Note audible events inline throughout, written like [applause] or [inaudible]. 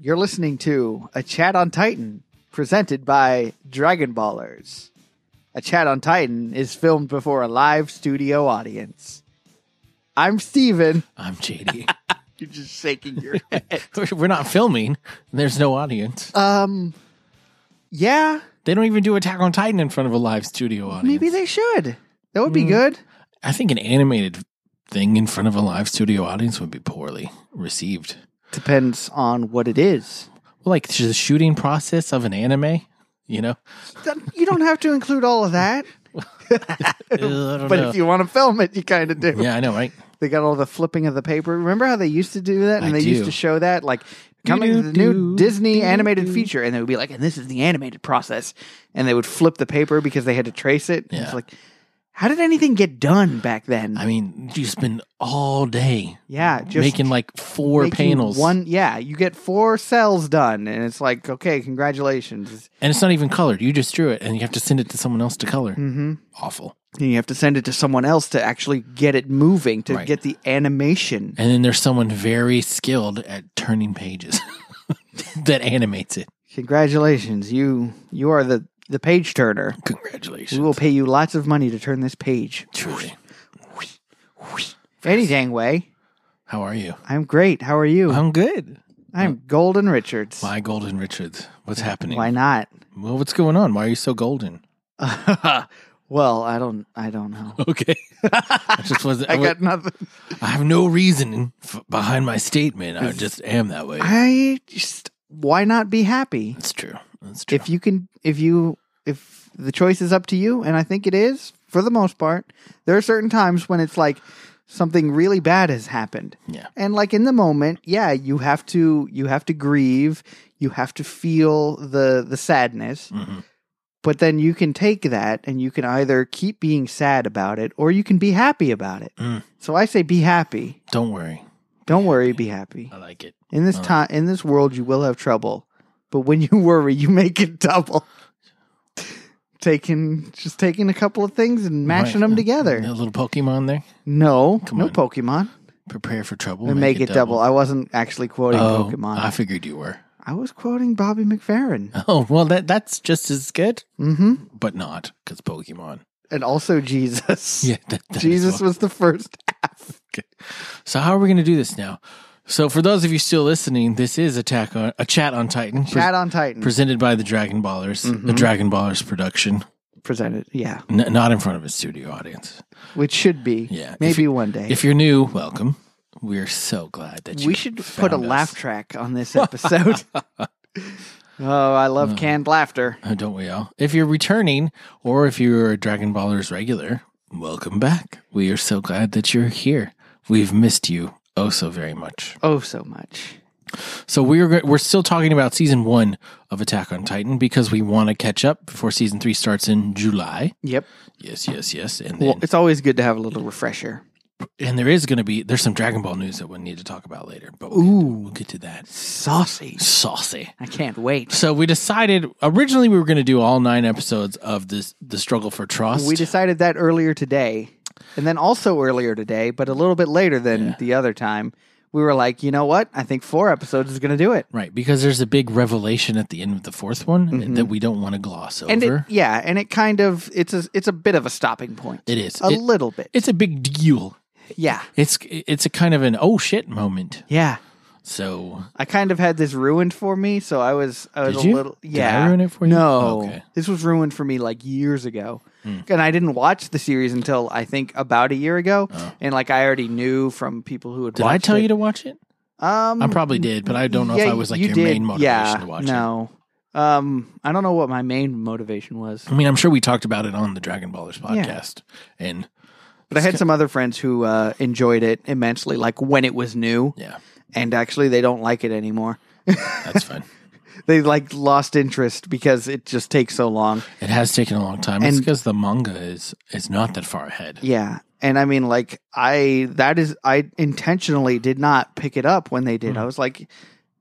You're listening to A Chat on Titan, presented by Dragon Ballers. A Chat on Titan is filmed before a live studio audience. I'm Steven. I'm JD. [laughs] You're just shaking [laughs] your head. [laughs] We're- We're not filming. There's no audience. Um, yeah, They don't even do Attack on Titan in front of a live studio audience. maybe they should. That would be good. I think an animated thing in front of a live studio audience would be poorly received. Depends on what it is. Like the shooting process of an anime, you know? That- You don't have to include all of that, Ugh, I [laughs] don't but know. if you want to film it, you kind of do. yeah, I know, right? They got all the flipping of the paper. Remember how they used to do that? And I they used do. to show that? Like, coming to the new Do-do-do, Disney animated do-do. feature. And they would be like, and this is the animated process. And they would flip the paper because they had to trace it. And It's Yeah. like, how did anything get done back then? I mean, you spend all day yeah, just making like four making panels. One, yeah, you get four cells done, and it's like, okay, congratulations. and it's not even colored. You just drew it and you have to send it to someone else to color. Mm-hmm. Awful. And you have to send it to someone else to actually get it moving, to Right. get the animation. And then there's someone very skilled at turning pages [laughs] that animates it. Congratulations, you you are the the page turner. We Congratulations. will pay you lots of money to turn this page Truly. any dang way. How are you? I'm great. How are you? I'm good. I'm Golden Richards. My Golden Richards. What's happening? Why not? Well, what's going on? Why are you so golden? well, I don't. I don't know. Okay. [laughs] I just wasn't. I, I got nothing. I have no reason f- behind my statement. I just am that way. I just. Why not be happy? That's true. That's true. if you can if you if the choice is up to you and i think it is for the most part there are certain times when it's like something really bad has happened Yeah. and like in the moment yeah you have to you have to grieve you have to feel the the sadness Mhm. but then you can take that and you can either keep being sad about it or you can be happy about it Mm. so i say be happy Don't worry. don't worry be happy I like it. in this time in this world you will have trouble but when you [laughs] worry you make it double [laughs] taking just taking a couple of things and mashing Right. them A together little Pokemon there. no Come no on. pokemon Prepare for trouble. and make, it double. i wasn't actually quoting Oh, pokemon I figured you were. i was quoting bobby mcferrin Oh, well, that that's just as good, Mm-hmm. hmm but not because Pokemon. and also [laughs] jesus [laughs] Yeah. That, that is jesus what- was the first Okay. So how are we going to do this now? So for those of you still listening, this is Attack on a Chat on Titan pre- chat on titan presented by the Dragon Ballers, the Dragon Ballers production, presented yeah N- not in front of a studio audience. which should be Yeah, if maybe one day If you're new, welcome. We're so glad that you we should put a found us. laugh track on this [laughs] episode oh i love canned laughter Uh, don't we all? If you're returning or if you're a Dragon Ballers regular, welcome back. We are so glad that you're here. We've missed you oh so very much. oh so much. So we're we're still talking about season one of Attack on Titan because we want to catch up before season three starts in July. Yep. Yes, yes, yes. And then, Well, it's always good to have a little refresher. and there is going to be there's some Dragon Ball news that we need to talk about later. But we'll, Ooh. we'll get to that Saucy. saucy. I can't wait. So we decided originally we were going to do all nine episodes of this the struggle for trust. We decided that earlier today, and then also earlier today, but a little bit later than the other time. We were like, you know what? I think four episodes is going to do it. right because there's a big revelation at the end of the fourth one that we don't want to gloss over. And it, yeah, and it kind of it's a it's a bit of a stopping point. it is. a It- little bit. it's a big deal. yeah, It's it's a kind of an oh shit moment. yeah. So I kind of had this ruined for me, so I was I was Did a you? little Did I yeah. ruin it for you? No, Okay. Hmm. this was ruined for me like years ago, and I didn't watch the series until I think about a year ago, and like I already knew from people who had. Oh. Did I tell you to watch it? Um, I probably did, but I don't know if I was like you your did. main motivation yeah, to watch it. No, um, I don't know what my main motivation was, I mean, I'm sure we talked about it on the Dragon Ballers podcast, and but I had some other friends who uh, enjoyed it immensely, like when it was new, yeah, and actually they don't like it anymore. that's fine. [laughs] They like lost interest because it just takes so long. It has taken a long time. It's And- because the manga is is not that far ahead. Yeah. And I mean, like, I, that is, I intentionally did Mm. not pick it up when they did. I was like,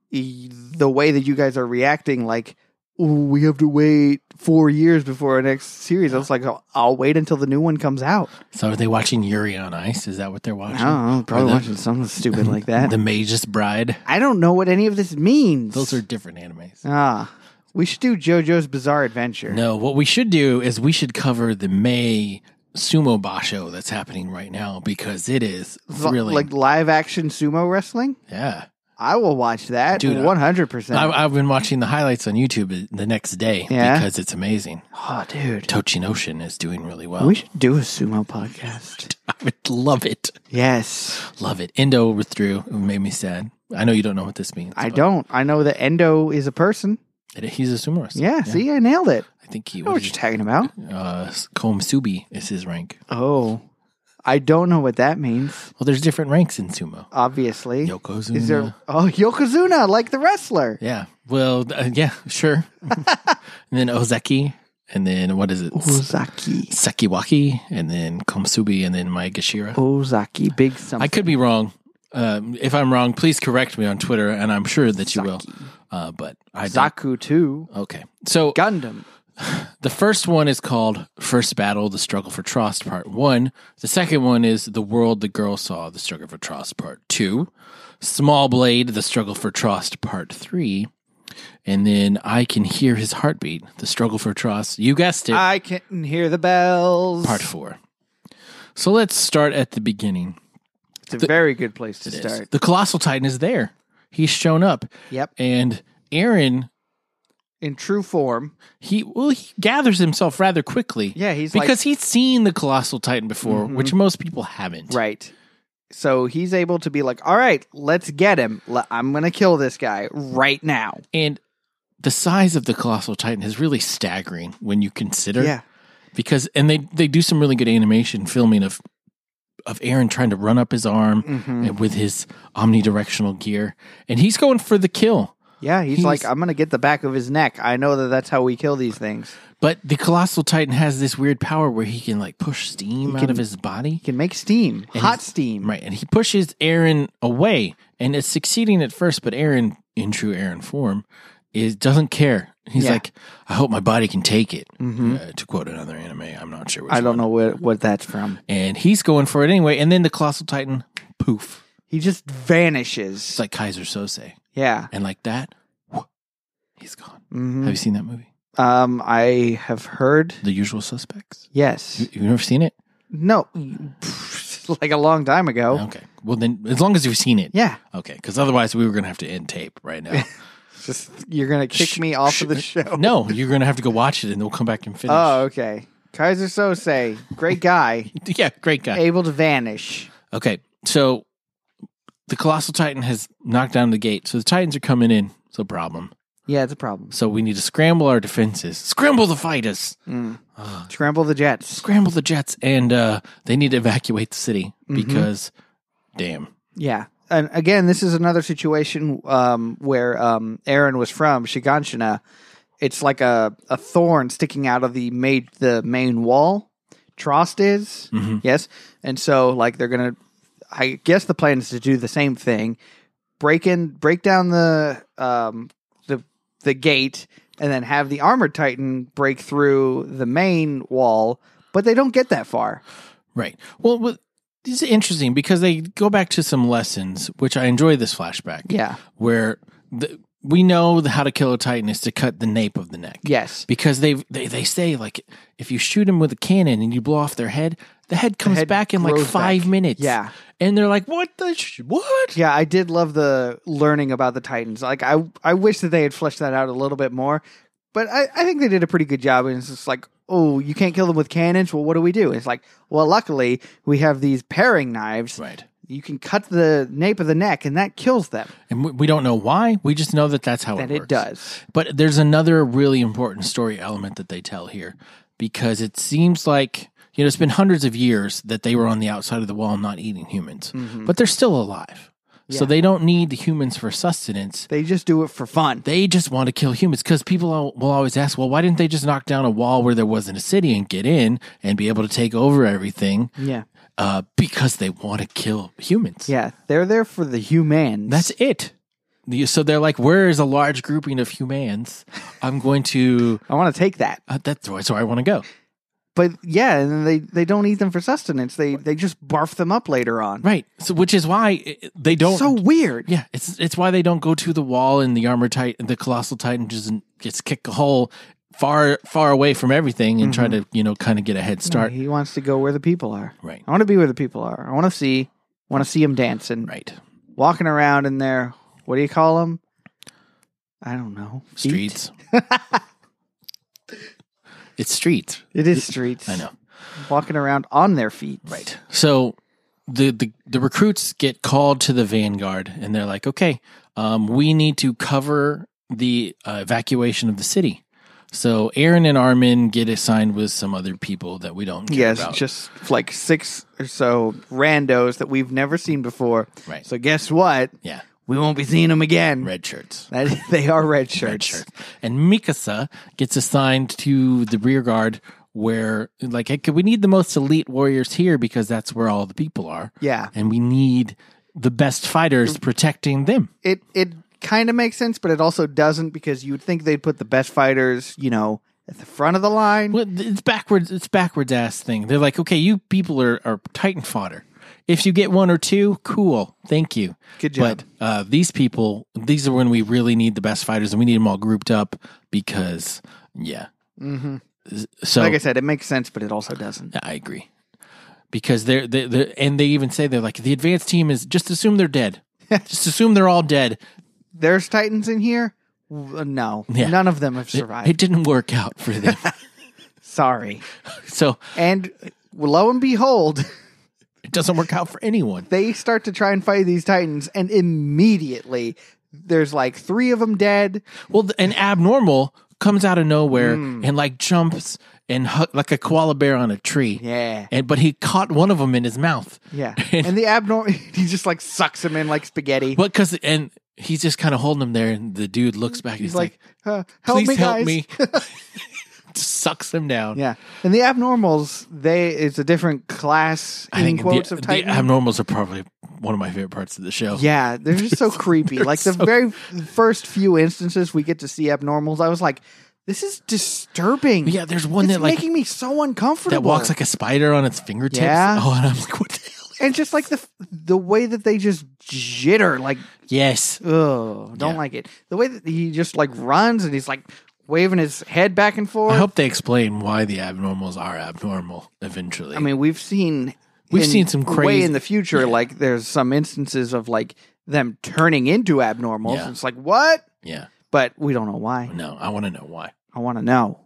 e- the way that you guys are reacting, like, "Ooh, we have to wait four years before our next series. I was like, oh, I'll wait until the new one comes out. So are they watching Yuri on Ice? Is that what they're I watching? don't know, probably the- watching something stupid like that. [laughs] The Mage's Bride. I don't know what any of this means. Those are different animes. ah. We should do JoJo's Bizarre Adventure. No, what we should do is we should cover the May sumo basho that's happening right now because it is Li- thrilling. Like live action sumo wrestling? yeah. I will watch that. Dude, I- 100%. I've, I've been watching the highlights on YouTube the next day Yeah? because it's amazing. oh, dude. Tochin Ocean is doing really well. We should do a sumo podcast. [laughs] I would love it. Yes. Love it. Endo withdrew. It made me sad. I know you don't know what this means. I but don't. I know that Endo is a person. it- he's a sumo wrestler. Yeah, see, I nailed it. I think he I know what was. you're talking about. Uh, Kom Subi is his rank. Oh, I don't know what that means, Well, there's different ranks in sumo. obviously. Yokozuna. is there. Oh, Yokozuna, like the wrestler. Yeah. Well, uh, yeah, [laughs] sure. and then Ozeki, and then what is it? Ozaki. Sekiwaki, and then Komsubi, and then my Gashira. Ozaki, big something. I could be wrong. Um, if I'm wrong, please correct me on Twitter, and I'm sure that you will. Uh, but I don't- Zaku 2. okay. So Gundam. the first one is called First Battle, The Struggle for Trost, Part 1. The second one is The World the Girl Saw, The Struggle for Trost, Part 2. Small Blade, The Struggle for Trost, Part 3. And then I Can Hear His Heartbeat, The Struggle for Trost, you guessed it, I can hear the bells. Part 4. So let's start at the beginning. It's a very good place to It is. start. The Colossal Titan is there. He's shown up. Yep. And Aaron, In true form. he well, he gathers himself rather quickly. Yeah, he's like- because he's seen the Colossal Titan before, Mhm. which most people haven't. Right. So he's able to be like, all right, let's get him. Le- I'm going to kill this guy right now. And the size of the Colossal Titan is really staggering when you consider Yeah. because and they they do some really good animation filming of of Aaron trying to run up his arm Mhm. and with his omnidirectional gear and he's going for the kill. Yeah, he's, He's- like, I'm gonna get the back of his neck. I know that that's how we kill these things. But the Colossal Titan has this weird power where he can like push steam out can- of his body. He can make steam, And hot he's- steam. Right. And he pushes Aaron away and it's succeeding at first, but Aaron, in true Aaron form, is doesn't care. He's Yeah. like, I hope my body can take it. Mhm. Uh, to quote another anime, I'm not sure. Which I don't one. know what what that's from. And he's going for it anyway. And then the colossal titan, poof. He just It's vanishes. like Kaiser Sose, Yeah. and like that, whoop, he's gone. hmm Have you seen that movie, Um, I have heard. The Usual Suspects? Yes. You- You've never seen it? No. [laughs] like a long time ago. Okay. Well, then, as long as you've seen it, Yeah. Okay, because otherwise we were gonna have to end tape right [laughs] now. Just you're gonna kick Sh- me off sh- of the show. no, you're gonna have to go watch it, and we'll come back and finish. Oh, okay. Kaiser Sose, great guy, yeah, great guy. able to vanish. Okay, so the colossal titan has knocked down the gate, so the titans are coming in. It's a problem. Yeah, it's a problem. So we need to scramble our defenses, scramble the fighters, Mm. Ah. Scramble the jets. scramble the jets, and uh, they need to evacuate the city because, damn, Yeah. And again, this is another situation um, where um, Aaron was from, Shiganshina. It's like a, a thorn sticking out of the main, the main wall. Trost is. Mhm. Yes. And so, like, they're going to, I guess the plan is to do the same thing break in, break down the, um, the, the gate, and then have the armored titan break through the main wall. But they don't get that far. right. Well, well, this is interesting because they go back to some lessons, which I enjoy this flashback. Yeah. where the, we know the, how to kill a titan is to cut the nape of the neck. Yes. Because they they they say like if you shoot them with a cannon and you blow off their head, the head comes head back in like grows five back. minutes. Yeah. and they're like, what the sh- what? Yeah, I did love the learning about the Titans. Like I I wish that they had fleshed that out a little bit more. But I, I think they did a pretty good job and it's just like, oh, you can't kill them with cannons. Well what do we do? It's like, well luckily we have these paring knives. Right, You can cut the nape of the neck and that kills them. and we, we don't know why. We just know that that's how And it it works. does. But there's another really important story element that they tell here because it seems like, you know, it's been hundreds of years that they were on the outside of the wall not eating humans, but they're still alive. So Mm-hmm. Yeah. they don't need the humans for sustenance. They just do it for fun. They just want to kill humans because people al- will always ask, well, why didn't they just knock down a wall where there wasn't a city and get in and be able to take over everything? Yeah. Uh, because they want to kill humans. Yeah. They're there for the humans. That's it. the- so they're like, where is a large grouping of humans? I'm going to. I want to take that. Uh, that's where, that's where I want to go. But yeah, and then they, they don't eat them for sustenance. They they just barf them up later on. Right. So, which is why it- they don't. So weird. yeah, it's it's why they don't go to the wall and the armor titan, the colossal titan just just kick a hole far far away from everything and try to you know kind of get a head start. He wants to go where the people are. Right. I want to be where the people are. I want to see want to see them dancing, Right. walking around in their what do you call them? I don't know. Feet? [laughs] Streets. it's streets. It is streets. I know. Walking around on their feet. Right. So the, the the recruits get called to the vanguard, and they're like, "Okay, um, we need to cover the uh, evacuation of the city." So Aaron and Armin get assigned with some other people that we don't care Yes, about. just like six or so randos that we've never seen before. Right. So guess what? yeah, We won't be seeing them again. red shirts. That, [laughs] they are red shirts. Red shirts. And Mikasa gets assigned to the rear guard where like hey, could- we need the most elite warriors here because that's where all the people are. Yeah. Mm. And we need the best fighters protecting them. It it kind of makes sense, but it also doesn't because you'd think they'd put the best fighters, you know, at the front of the line. Well, th- it's backwards. It's backwards ass thing. They're like, okay, you people are, are Titan fodder. If you get one or two, cool. Thank you. Good job. But uh, these people, these are when we really need the best fighters, and we need them all grouped up because, yeah. Mm-hmm. So like I said, it makes sense, but it also doesn't. I agree because they're, they're, they're and they even say they're like the advanced team is just assume [laughs] they're dead. just assume they're all dead. There's Titans in here. W- uh, No, Yeah. none of them have survived. It didn't work out for [laughs] them. [laughs] Sorry. so And lo and behold, [laughs] it doesn't work out for anyone. they start to try and fight these Titans, and immediately there's like three of them dead. Well, th- an abnormal comes out of nowhere Hmm. and like jumps and hu- like a koala bear on a tree. Yeah. And but he caught one of them in his mouth. [laughs] Yeah. And the abnormal, [laughs] he just like sucks him in like spaghetti. But because and he's just kind of holding him there, and the dude looks back. and He's, He's like, like, uh, help "Please me, help guys. [laughs] me." [laughs] Just sucks him down. Yeah. And the abnormals, they, it's a different class I in think quotes the, of the Titan. abnormals are probably one of my favorite parts of the show. yeah. They're just [laughs] so creepy. Like the very first few instances we get to see abnormals, I was like, this is disturbing. But yeah. There's one it's that like making me so uncomfortable. that walks like a spider on its fingertips. Yeah. [laughs] Oh, and I'm like, what the hell? and just like the the way that they just jitter, like Yes. Oh, don't Yeah. like it. The way that he just like runs and he's like waving his head back and forth. I hope they explain why the abnormals are abnormal eventually. I mean, we've seen We've in- seen some way crazy- in the future. Like, there's some instances of like them turning into abnormals. Yeah. And it's like what? yeah. But we don't know why. No, I want to know why. I want to know.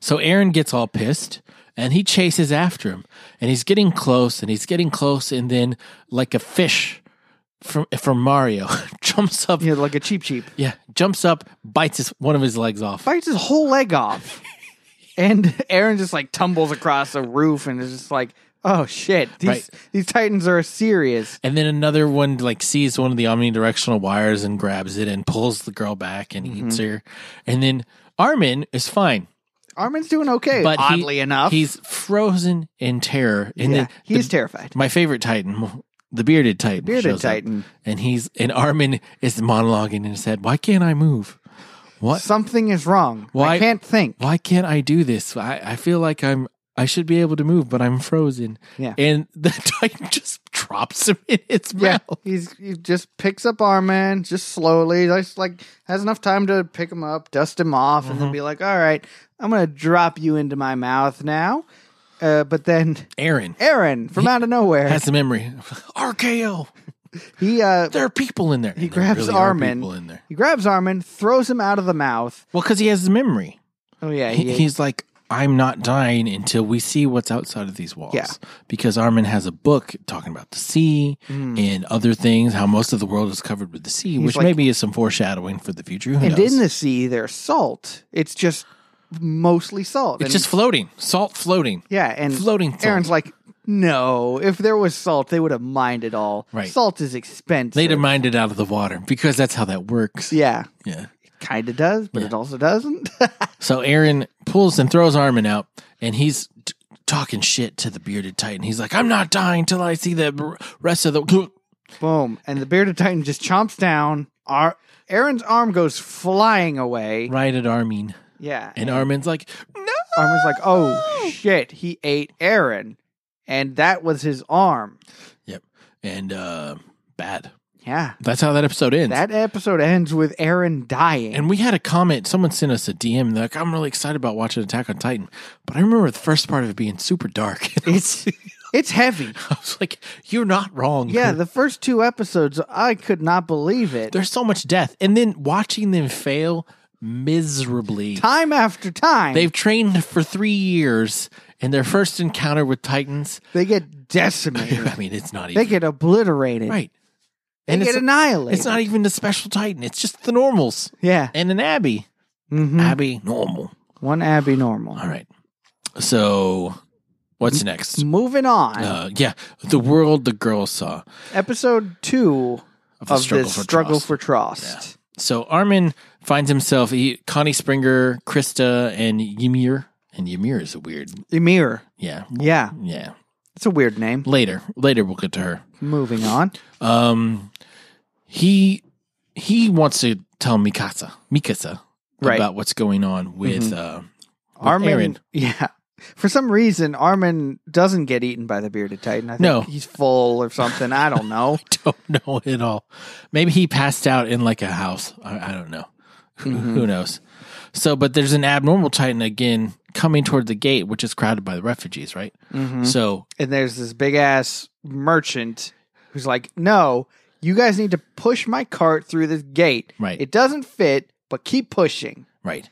So Aaron gets all pissed and he chases after him and he's getting close and he's getting close and then like a fish from from Mario [laughs] jumps up You know, like a cheap cheap yeah, jumps up, bites his, one of his legs off. bites his whole leg off, and [laughs] Aaron just like tumbles across a roof and is just like, oh shit, these Right. these titans are serious. And then another one like sees one of the omnidirectional wires and grabs it and pulls the girl back and eats Mm-hmm. her. And then Armin is fine. Armin's doing okay, But he- oddly enough. he's frozen in terror. And yeah, then the- he's terrified. my favorite Titan, the bearded Titan, Bearded shows up. Titan. and he's and Armin is monologuing in his head. Why can't I move? What? Something is wrong. I Why- can't think. Why can't I do this? I, I feel like I'm. I should be able to move, but I'm frozen. Yeah. And the [laughs] Titan just drops him in its Yeah, mouth. he's he just picks up Armin just slowly. Just like has enough time to pick him up, dust him off, and Mm-hmm. then be like, "All right, I'm gonna drop you into my mouth now." Uh, but then Aaron Aaron, from out of nowhere, has a memory. RKO. he uh, There are people in there. He grabs Armin. People in there. he grabs Armin, throws him out of the mouth. Well, because he has the memory. Oh yeah, He- he, he's like, I'm not dying until we see what's outside of these walls. Yeah. Because Armin has a book talking about the sea and other things, how most of the world is covered with the sea, which Mm. like- maybe is some foreshadowing for the future. Who and knows? in the sea there's salt. It's just mostly salt. it's And- just floating, salt floating. yeah, and floating salt. Aaron's like. No, if there was salt, they would have mined it all. Right. Salt is expensive. They demand it out of the water because that's how that works. Yeah, yeah. kind of does, but it also doesn't. [laughs] So Aaron pulls and throws Armin out, and he's t- talking shit to the bearded titan. He's like, I'm not dying till I see the r- rest of the. Boom. And the bearded titan just chomps down, Ar- Aaron's arm goes flying away. Right at Armin. Yeah. And Armin's like, "Mm." no. Armin's like, oh shit, he ate Aaron. And that was his arm. And uh, bad. Yeah. That's how that episode ends. That episode ends with Aaron dying. and we had a comment. Someone sent us a DM. They're like, I'm really excited about watching Attack on Titan. But I remember the first part of it being super dark. [laughs] it's it's heavy. I was like, you're not wrong. Yeah, the first two episodes, I could not believe it. There's so much death. And then watching them fail miserably. time after time, They've trained for three years, and their first encounter with Titans. they get decimated. [laughs] I mean, it's not they even get obliterated. right, They and get it's, annihilated. it's not even the special Titan. It's just the normals Yeah. and an Abby. hmm Abby normal. One Abby normal. All right. So, what's next? Moving on. Uh, yeah, the world the girl saw Episode two of the of struggle this for struggle Trost. for trust. So Armin finds himself he, Connie Springer, Krista, and Ymir. And Ymir is a weird, Emir. yeah, Yeah. yeah. It's a weird name. Later, later we'll get to her. Moving on. Um, he he wants to tell Mikasa Mikasa Right. Mm-hmm. about what's going on with uh, Armin. Aaron. Yeah. For some reason, Armin doesn't get eaten by the bearded titan. I think No. he's full or something. I don't know. [laughs] don't know at all. Maybe he passed out in like a house. I, I don't know. Who, who knows? So, but there's an abnormal Titan again coming toward the gate, which is crowded by the refugees, right? Mhm. So, And there's this big ass merchant who's like, "No, you guys need to push my cart through this gate. Right. It doesn't fit, but keep pushing." right.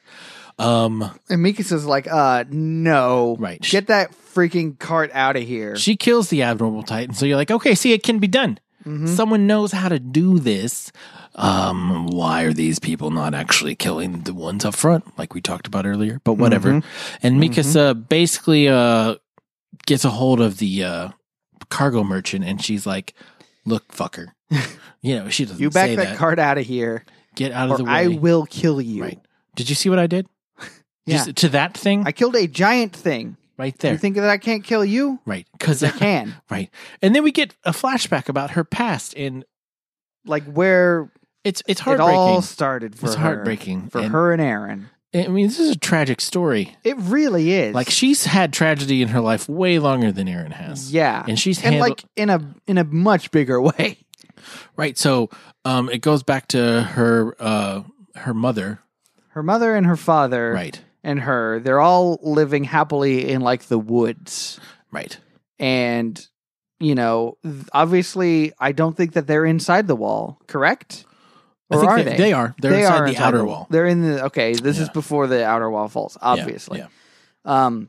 Um, And Mikasa's like, "Uh, no. Right. Get that freaking cart out of here." she kills the abnormal Titan. So you're like, okay, see, it can be done. Mm-hmm. Hmm? Someone knows how to do this. Um, why are these people not actually killing the ones up front, like we talked about earlier? But whatever. Mm-hmm. And Mikasa basically uh gets a hold of the uh cargo merchant, and she's like, [laughs] "Look, fucker, you know she doesn't you back say that, that. cart out of here, Get out of the or way." I will kill you. Right. Did you see what I did? Yeah. Just to that thing I killed a giant thing. right there. You think that I can't kill [laughs] you? right, because I can. right, and then we get a flashback about her past, and like where it's it's it heartbreaking. all started for it's her. heartbreaking for And- her and Aaron. I mean, this is a tragic story. It really is. Like she's had tragedy in her life way longer than Aaron has. yeah, And she's and handled like in a in a much bigger way. [laughs] right. So um, it goes back to her uh, her mother, Her mother and her father, right? and her, they're all living happily in like the woods, Right. and you know, th- obviously, I don't think that they're inside the wall, correct? I Or think are they, they? are. They're inside the outer wall. They're in the okay. This is Yeah. before the outer wall falls, Yeah, obviously. yeah. Um,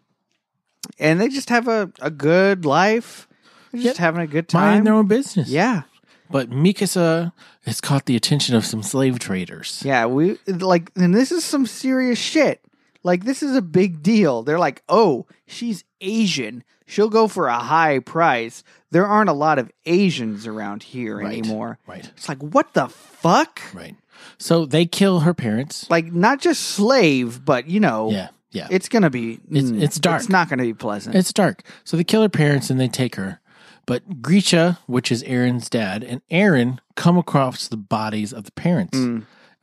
and they just have a, a good life. They're just Yep. having a good time. Mind their own business. yeah, But Mikasa has caught the attention of some slave traders. yeah. We like, and this is some serious shit. Like, this is a big deal. They're like, oh, she's Asian. She'll go for a high price. There aren't a lot of Asians around here Right. anymore. Right. It's like, what the fuck? Right. So they kill her parents. Like, not just slave, but you know, Yeah. Yeah. it's gonna be. It's- mm, it's dark. It's not gonna be pleasant. It's dark. So they kill her parents and they take her. But Grisha, which is Aaron's dad, and Aaron come across the bodies of the parents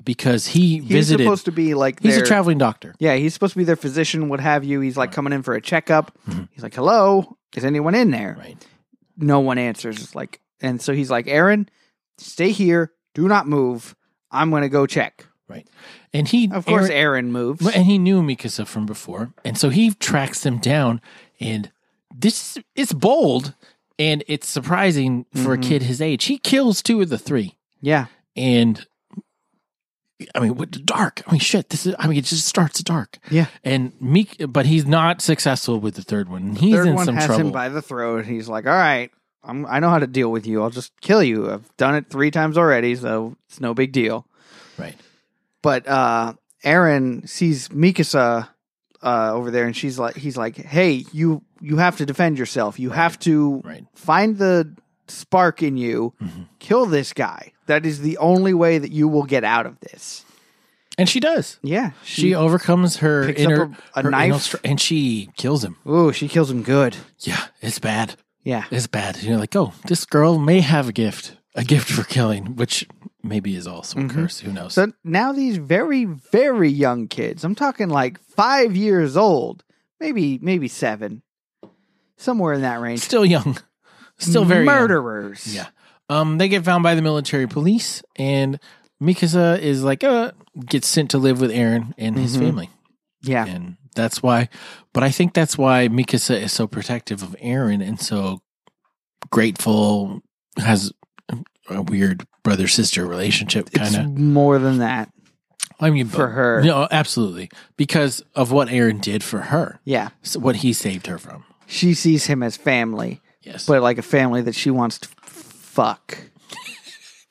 because he Hmm. he's visited. supposed to be like he's their, a traveling doctor. yeah he's supposed to be their physician what have you he's like coming in for a checkup he's like hello is anyone in there Mm-hmm. Right. no one answers it's like and so he's like aaron stay here do not move i'm gonna go check Right. And he, of course Aaron- aaron, moves and he knew Mikasa from before. And so he tracks them down. And this is it's bold and it's surprising for Mm-hmm. a kid his age. He kills two of the three. yeah And I mean, what dark. I mean, shit. This is, I mean, it just starts dark. yeah And Meek, but he's not successful with the third one. He's third in one some has trouble. him by the throat and he's like all right I'm, i know how to deal with you i'll just kill you i've done it three times already so it's no big deal right. but uh Aaron sees Mikasa uh over there and she's like he's like, "Hey, you you have to defend yourself. You have to Right. find the spark in you. Mm-hmm. Kill this guy. That is the only way that you will get out of this." And she does. Yeah. She, overcomes her picks inner up a- a her knife. inner str- and she kills him. Ooh, she kills him good. Yeah, it's bad. Yeah. It's bad. You're like, oh, this girl may have a gift, a gift for killing, which maybe is also a Mhm. curse. Who knows? So now these very, very young kids, I'm talking like five years old, maybe maybe seven, somewhere in that range. Still young. Still very young. murderers. Yeah. Um, they get found by the military police, and Mikasa is like, uh, gets sent to live with Aaron and his Mhm. family. Yeah. And that's why, but I think that's why Mikasa is so protective of Aaron and so grateful, has a weird brother sister relationship It's kind of. more than that. I mean, for but- her. No, absolutely. Because of what Aaron did for her, Yeah. so what he saved her from. She sees him as family, Yes. but like a family that she wants to f- fuck.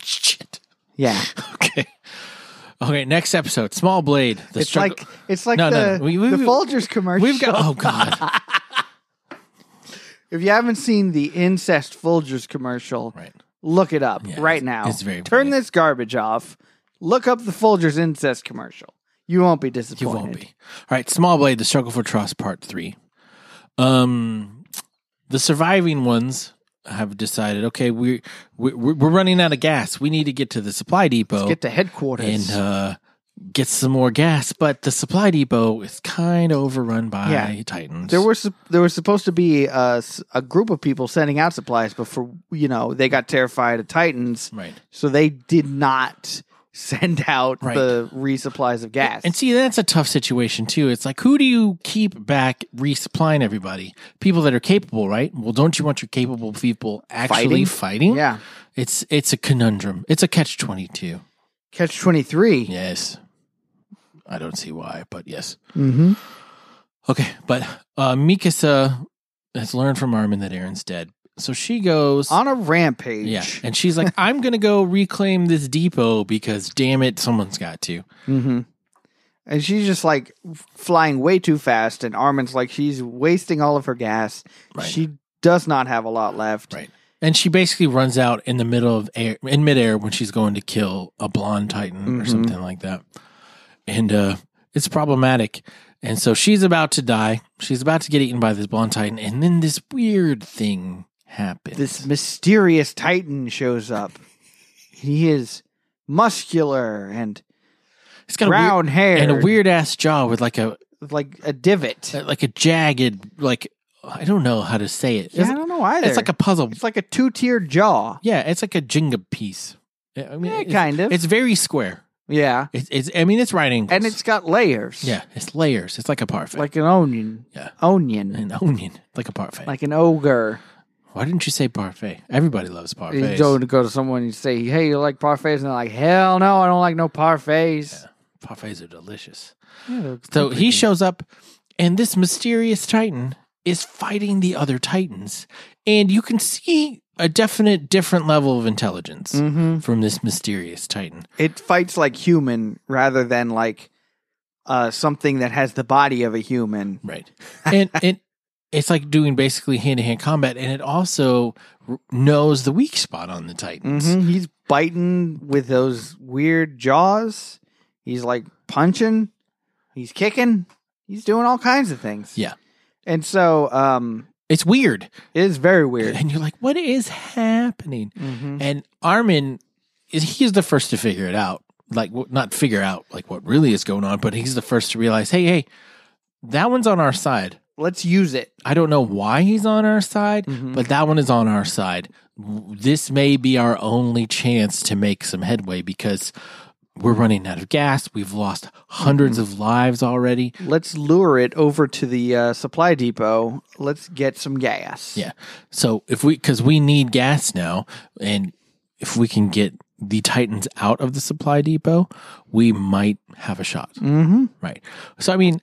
shit. [laughs] Yeah. Okay. Okay, next episode Small Blade. The It's struggle- like it's like No, the, no, no. We- we- the we- Folgers commercial. We've got. [laughs] Oh God. if you haven't seen the incest Folgers commercial, right. look it up Yeah, right it's- now. it's very Turn funny. this garbage off. Look up the Folgers incest commercial. You won't be You disappointed. won't be. All right. Small Blade. The struggle for trust. Part three. Um, the surviving ones have decided. Okay, we we we're running out of gas. We need to get to the supply depot Get to headquarters. and uh, get some more gas. But the supply depot is kind of overrun by Yeah. titans. there were sup- there was supposed to be a, s- a group of people sending out supplies, but for you know they got terrified of Titans, right. so they did not send out Right. the resupplies of gas. And see, that's a tough situation too. It's like, who do you keep back resupplying everybody? People that are capable, right? Well, don't you want your capable people Fighting? actually fighting? yeah, It's it's a conundrum. It's a catch twenty two. catch twenty three. Yes. I don't see why, but yes. Mm-hmm. Okay, but uh Mikasa has learned from Armin that Aaron's dead. So she goes On a rampage. Yeah. And she's like, I'm gonna go reclaim this depot because damn it, someone's got to. Mm-hmm. And she's just like flying way too fast, and Armin's like she's wasting all of her gas. Right. She does not have a lot left. Right. And she basically runs out in the middle of air, in midair when she's going to kill a blonde titan or Mhm. something like that. And uh, it's problematic. And so she's about to die. She's about to get eaten by this blonde titan. And then this weird thing happens. This mysterious Titan shows up. he is muscular and it's got a brown hair weird, Uh, and a weird ass jaw with like a like a divot. like a jagged like I don't know how to say it. yeah, I it's, don't know either. it's like a puzzle. it's like a two tiered jaw. Yeah, it's like a jenga piece. I mean, Yeah, it's, kind of. It's very square. yeah, It's, it's I mean, it's right angles. and it's got layers. Yeah, it's layers. It's like a parfait. like an onion. Yeah. onion, an onion, like a parfait. like an ogre. Why didn't you say parfait? Everybody loves You parfaits. go to go to someone and say, "Hey, you like parfaits?" And they're like, "Hell no, I don't like no parfaits." Parfaits are delicious. Yeah, So he shows up, and this mysterious titan is fighting the other titans, and you can see a definite different level of intelligence hmm from this mysterious titan. It fights like human rather than like uh, something that has the body of a human. Right. [laughs] And it it's like doing basically hand to hand combat, and it also r- knows the weak spot on the titans. Mhm. He's biting with those weird jaws. He's like punching. He's kicking. He's doing all kinds of things. Yeah. And so um, It's weird, it is very weird. and you're like, what is happening? hmm And Armin is he's the first to figure it out. Like w- not figure out like what really is going on, but he's the first to realize, "Hey, hey, that one's on our side." Let's use it. I don't know why he's on our side, Mhm. but that one is on our side. W- This may be our only chance to make some headway because we're running out of gas. We've lost 100s of lives already. Let's lure it over to the uh, supply depot. Let's get some gas. Yeah. So if we, because we need gas now, and if we can get the Titans out of the supply depot, we might have a shot. Mm-hmm. Right. So I mean,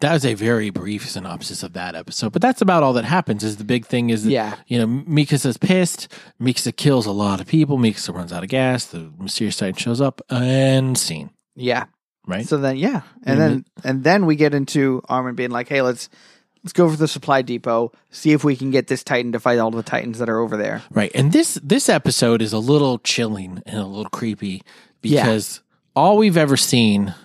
that was a very brief synopsis of that episode, but that's about all that happens. Is the big thing is that, Yeah. you know Mikasa's pissed. Mikasa kills a lot of people. Mikasa runs out of gas. The mysterious titan shows up and scene. Yeah. Right. Mm-hmm. So then, yeah, and And then and then we get into Armin being like, "Hey, let's let's go for the supply depot. See if we can get this Titan to fight all the Titans that are over there." Right. And this this episode is a little chilling and a little creepy Yeah. because all we've ever seen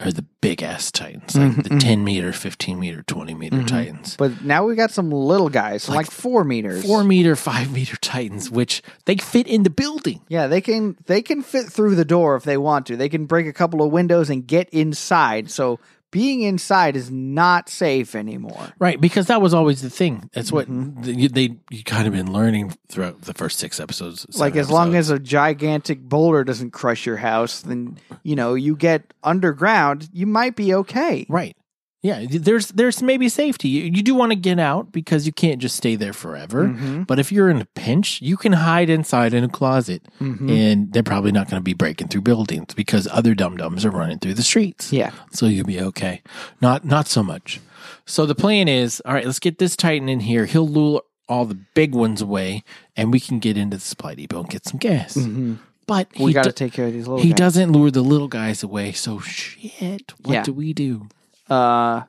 are the big ass titans, like Mm-hmm, the ten meter, fifteen meter, twenty meter titans. But now we got some little guys, like, four meters. Four meter, five meter titans, which they fit in the building. Yeah, they can they can fit through the door if they want to. They can break a couple of windows and get inside. So being inside is not safe anymore. Right, because that was always the thing. That's what Mm-hmm. th- you- they you kind of been learning throughout the first six episodes. like as long as a gigantic boulder doesn't crush your house, then you know you get underground. You might be okay. right, yeah. There's there's maybe safety. You, you do want to get out because you can't just stay there forever. Mhm. But if you're in a pinch, you can hide inside in a closet, Mhm. and they're probably not going to be breaking through buildings because other dum dums are running through the streets. Yeah. so you'll be okay. Not not so much. So the plan is, all right, let's get this Titan in here. He'll lure all the big ones away, and we can get into the supply depot and get some gas. But Mm-hmm. We he, got to do- take care of these little. he guys. doesn't lure the little guys away. So shit, what Yeah. do we do? uh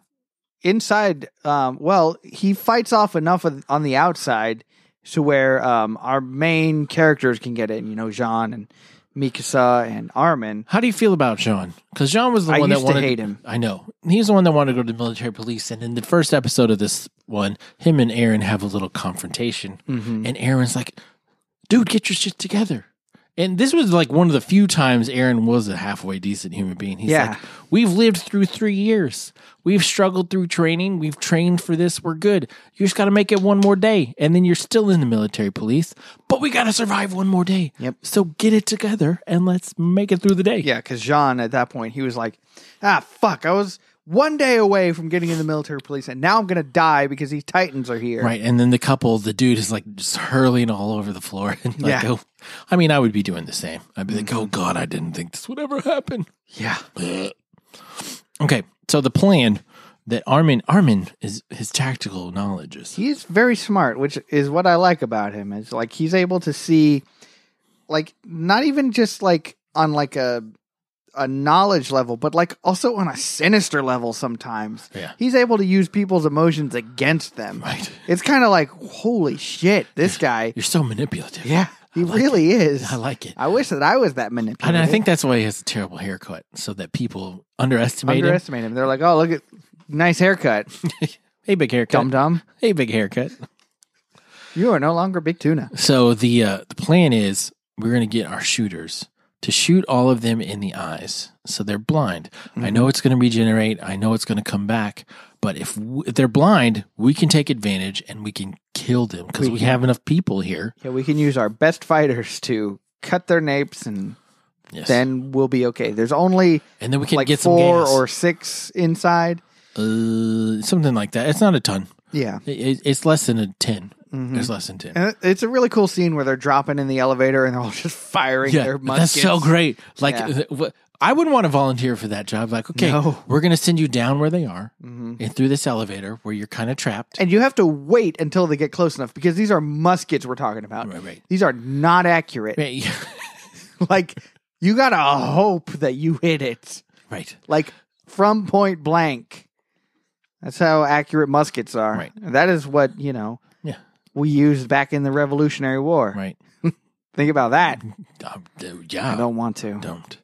inside um well he fights off enough of, on the outside to where um our main characters can get in you know jean and mikasa and armin How do you feel about Jean? Because Jean was the i one used that wanted to hate him I know. He's the one that wanted to go to the military police. And in the first episode of this one, him and Aaron have a little confrontation. Mhm. And Aaron's like, dude, get your shit together. And this was like one of the few times Aaron was a halfway decent human being. He's Yeah. like, we've lived through three years. We've struggled through training. We've trained for this. We're good. You just got to make it one more day. And then you're still in the military police, but we got to survive one more day. Yep. So get it together and let's make it through the day. yeah because jean at that point he was like ah fuck i was one day away from getting in the military police and now i'm gonna die because these titans are here Right. And then the couple, the dude is like just hurling all over the floor. [laughs] And like, Yeah. Mm-hmm. oh, I mean, I would be doing the same. I'd be like, oh God, I didn't think this would ever happen. yeah Okay. So the plan that Armin, Armin is his tactical knowledge is he's very smart which is what i like about him is like he's able to see like not even just like on like a a knowledge level but like also on a sinister level sometimes Yeah. he's able to use people's emotions against them right. it's kind of like holy shit this guy You're so manipulative. yeah he like really is. I like it. i wish that i was that And manipulative I think that's why he has a terrible haircut so that people underestimate him. underestimate him they're like oh look at nice [laughs] haircut Hey, big haircut. dum dum Hey, big haircut. you are no longer big tuna So the uh, the plan is we're going to get our shooters to shoot all of them in the eyes, so they're blind. Mm-hmm. I know it's going to regenerate. I know it's going to come back. But if, w- if they're blind, we can take advantage and we can kill them because We we, have enough people here. yeah we can use our best fighters to cut their napes and Yes. then we'll be okay. There's only and then we can like get some four gas. or six inside. uh, something like that. It's not a ton. Yeah. It- it- it's less than a 10 Mhm. It's less than ten. And it- it's a really cool scene where they're dropping in the elevator and they're all [laughs] just firing yeah, their that's muskets. so great. Like, Yeah. th- wh- I wouldn't want to volunteer for that job. Like, okay, No. we're going to send you down where they are. hmm and through this elevator where you're kind of trapped. And you have to wait until they get close enough because these are muskets we're talking about. Right, right. These are not accurate. Right. [laughs] Like you gotta hope that you hit it. [laughs] right. Like from point blank. That's how accurate muskets are. Right. That is what, you know, Yeah. we used back in the Revolutionary War. Right. Think about that. Um, d- I yeah. don't want to. Dumped.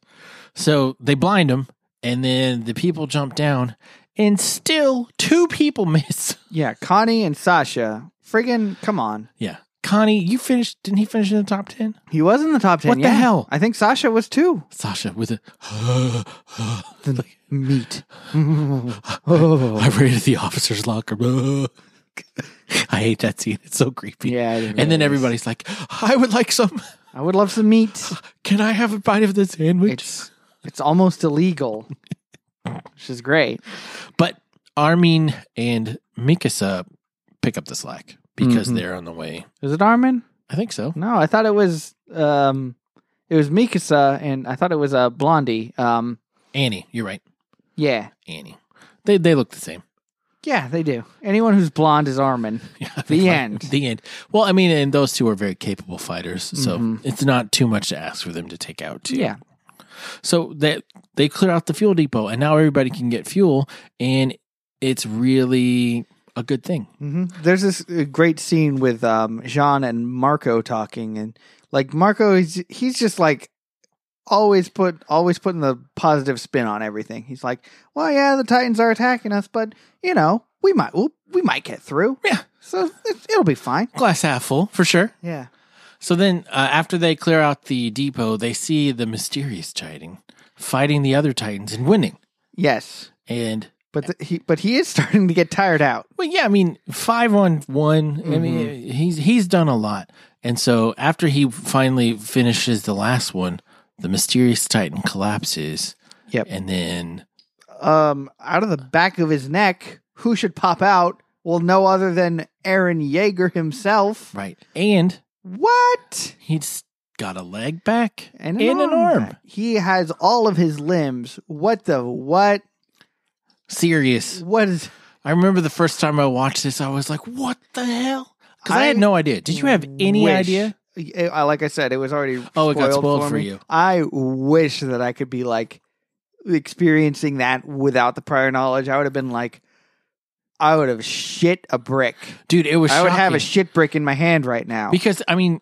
So they blind him, and then the people jump down, and still two people [laughs] miss. Yeah, Connie and Sasha. Friggin', come on. Yeah. Connie, you finished. Didn't he finish in the top 10? He was in the top 10. What the yeah. hell? I think Sasha was too. Sasha [gasps] with a. The meat. [laughs] oh. I raided the officer's locker. [laughs] I hate that scene. It's so creepy. Yeah. it really And then is. everybody's like, I would like some. I would love some meat. [laughs] Can I have a bite of the sandwich? It's it's almost illegal, which is great. But Armin and Mikasa pick up the slack because Mhm. they're on the way. Is it Armin? I think so. No, I thought it was um it was Mikasa and I thought it was uh Blondie. Um Annie, you're right. yeah. Annie. They they look the same. [laughs] Yeah, they do. Anyone who's blonde is Armin. The end. The end. Well, I mean, and those two are very capable fighters, so Mhm. it's not too much to ask for them to take out too. Yeah. So that they clear out the fuel depot and now everybody can get fuel and it's really a good thing. hmm There's this uh, great scene with um, Jean and Marco talking, and like Marco, he's, he's just like always put always putting the positive spin on everything. He's like, "Well, yeah, the Titans are attacking us, but you know, we might we'll, we might get through. Yeah. so it, it'll be fine." Glass half full, for sure. Yeah, So then, uh, after they clear out the depot, they see the mysterious Titan fighting the other Titans and winning. yes, And, but the, he but he is [laughs] starting to get tired out. well, yeah, I mean, five on one. I mean, he's he's done a lot. And so, after he finally finishes the last one, the mysterious Titan collapses. Yep. And then, Um, out of the back of his neck, who should pop out? Well, no other than Aaron Yeager himself. right. And What? he's got a leg back And and an arm. He has all of his limbs. What the what? Serious. What is? I remember the first time I watched this, I was like, what the hell? Because I, had I no idea. Did you have any wish- idea? I- I- like I said, it was already Oh, it got spoiled for, for me. you. I wish that I could be like experiencing that without the prior knowledge. I would have been like, I would have shit a brick. Dude, it was I would have a shocking. shit brick in my hand right now. because, I mean,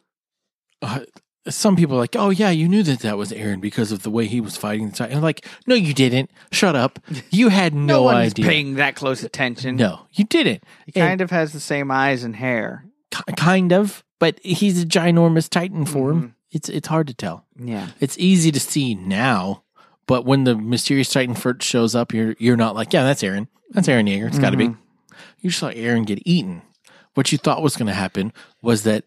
uh, some people are like, oh, yeah, you knew that that was Aaron because of the way he was fighting the Titan. I'm like, no, you didn't. [laughs] Shut up. You had no, no one is idea. paying that close attention. No, you didn't. He kind of has the same eyes and hair. K- kind of, but he's a ginormous Titan for Mm-hmm. him. It's, it's hard to tell. Yeah. it's easy to see now, but when the mysterious Titan first shows up, you're you're not like, yeah, that's Aaron. That's Aaron Yeager. It's got to be. Mm-hmm. You saw Aaron get eaten. What you thought was going to happen was that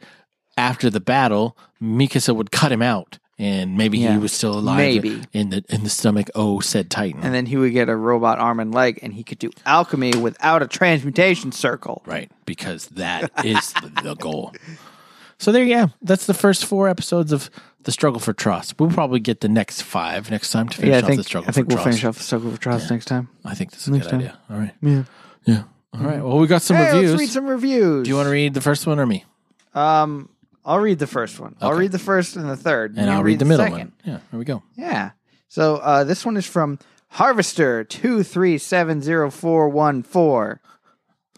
after the battle, Mikasa would cut him out, and maybe Yeah. he was still alive Maybe. in the in the stomach. Oh, said Titan. And then he would get a robot arm and leg, and he could do alchemy without a transmutation circle. Right, because that is the goal. So there you go. That's the first four episodes of the struggle for trust. We'll probably get the next five next time to finish Yeah, I off think, the struggle I think for we'll trust. finish off the circle of trust next time. I think that's a good idea. All right. Yeah. Yeah. All right. Well, we got some Hey, reviews. let's read some reviews. Do you want to read the first one or me? Um, I'll read the first one. I'll read the first and the third, And you I'll read, the middle second. one. Yeah. There we go. Yeah. So uh, this one is from Harvester two three seven zero four one four.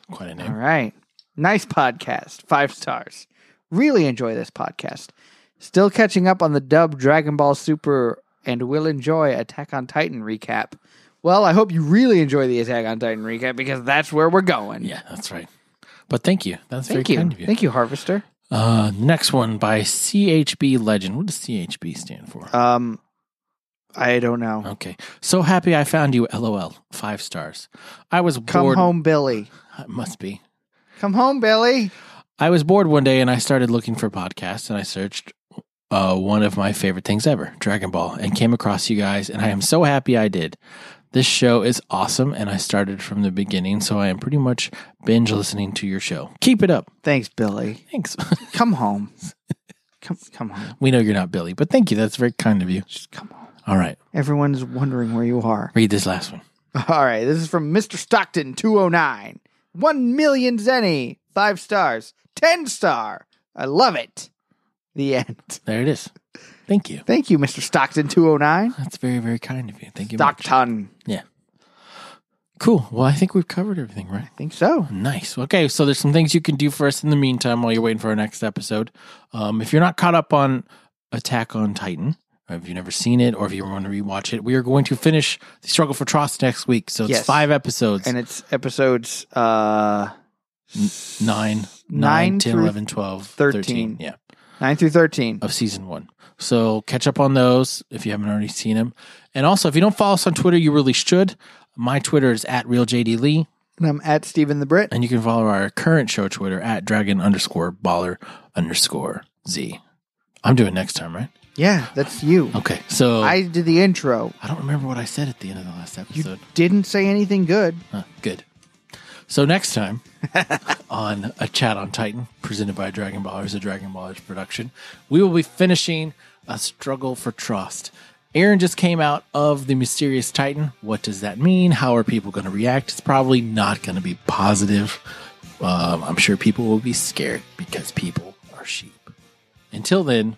Quite a All name. right, nice podcast, five stars. Really enjoy this podcast. Still catching up on the dub Dragon Ball Super, and will enjoy Attack on Titan recap. Well, I hope you really enjoy the Attack on Titan recap because that's where we're going. Yeah, that's right. But thank you. That's Thank very you. kind of you. Thank you, Harvester. Uh, next one by CHB Legend. What does CHB stand for? Um, I don't know. okay. So happy I found you. LOL. Five stars. I was Come bored. home, Billy. It must be. Come home, Billy. I was bored one day and I started looking for podcasts and I searched uh, one of my favorite things ever, Dragon Ball, and came across you guys. And I am so happy I did. This show is awesome and I started from the beginning. So I am pretty much binge listening to your show. Keep it up. Thanks, Billy. Thanks. [laughs] Come home. Come, come home. we know you're not Billy, but thank you. That's very kind of you. Just come home. All right. Everyone's wondering where you are. Read this last one. [laughs] All right, this is from Mr. Stockton 209. 1 million zenny. 5 stars. 10 star. I love it. The end. [laughs] There it is. Thank you. Thank you, Mr. Stockton 209. That's very, very kind of you. Thank you. much. Stockton. Cool. Well, I think we've covered everything, right? I think so. Nice. Okay, so there's some things you can do for us in the meantime while you're waiting for our next episode. Um, if you're not caught up on Attack on Titan, or if you've never seen it, or if you want to rewatch it, we are going to finish the Struggle for Trust next week. So it's Yes. five episodes And it's episodes uh nine nine, nine, 10, through 11, 12, 13. 13. Yeah, 9 through 13. of season one. So catch up on those if you haven't already seen them. And also, if you don't follow us on Twitter, you really should. My Twitter is at RealJDLee. And I'm at Stephen the Brit. And you can follow our current show Twitter at dragon underscore baller underscore Z. I'm doing next time, right? Yeah, that's you. Okay. So I, I did the intro. don't remember what I said at the end of the last episode. Didn't say anything good. Huh, good. So next time [laughs] on A Chat on Titan, presented by Dragon Ballers, a Dragon Ballers production, we will be finishing A Struggle for Trust. Aaron just came out of the mysterious Titan. What does that mean? How are people going to react? It's probably not going to be positive. Um, I'm sure people will be scared because people are sheep. Until then,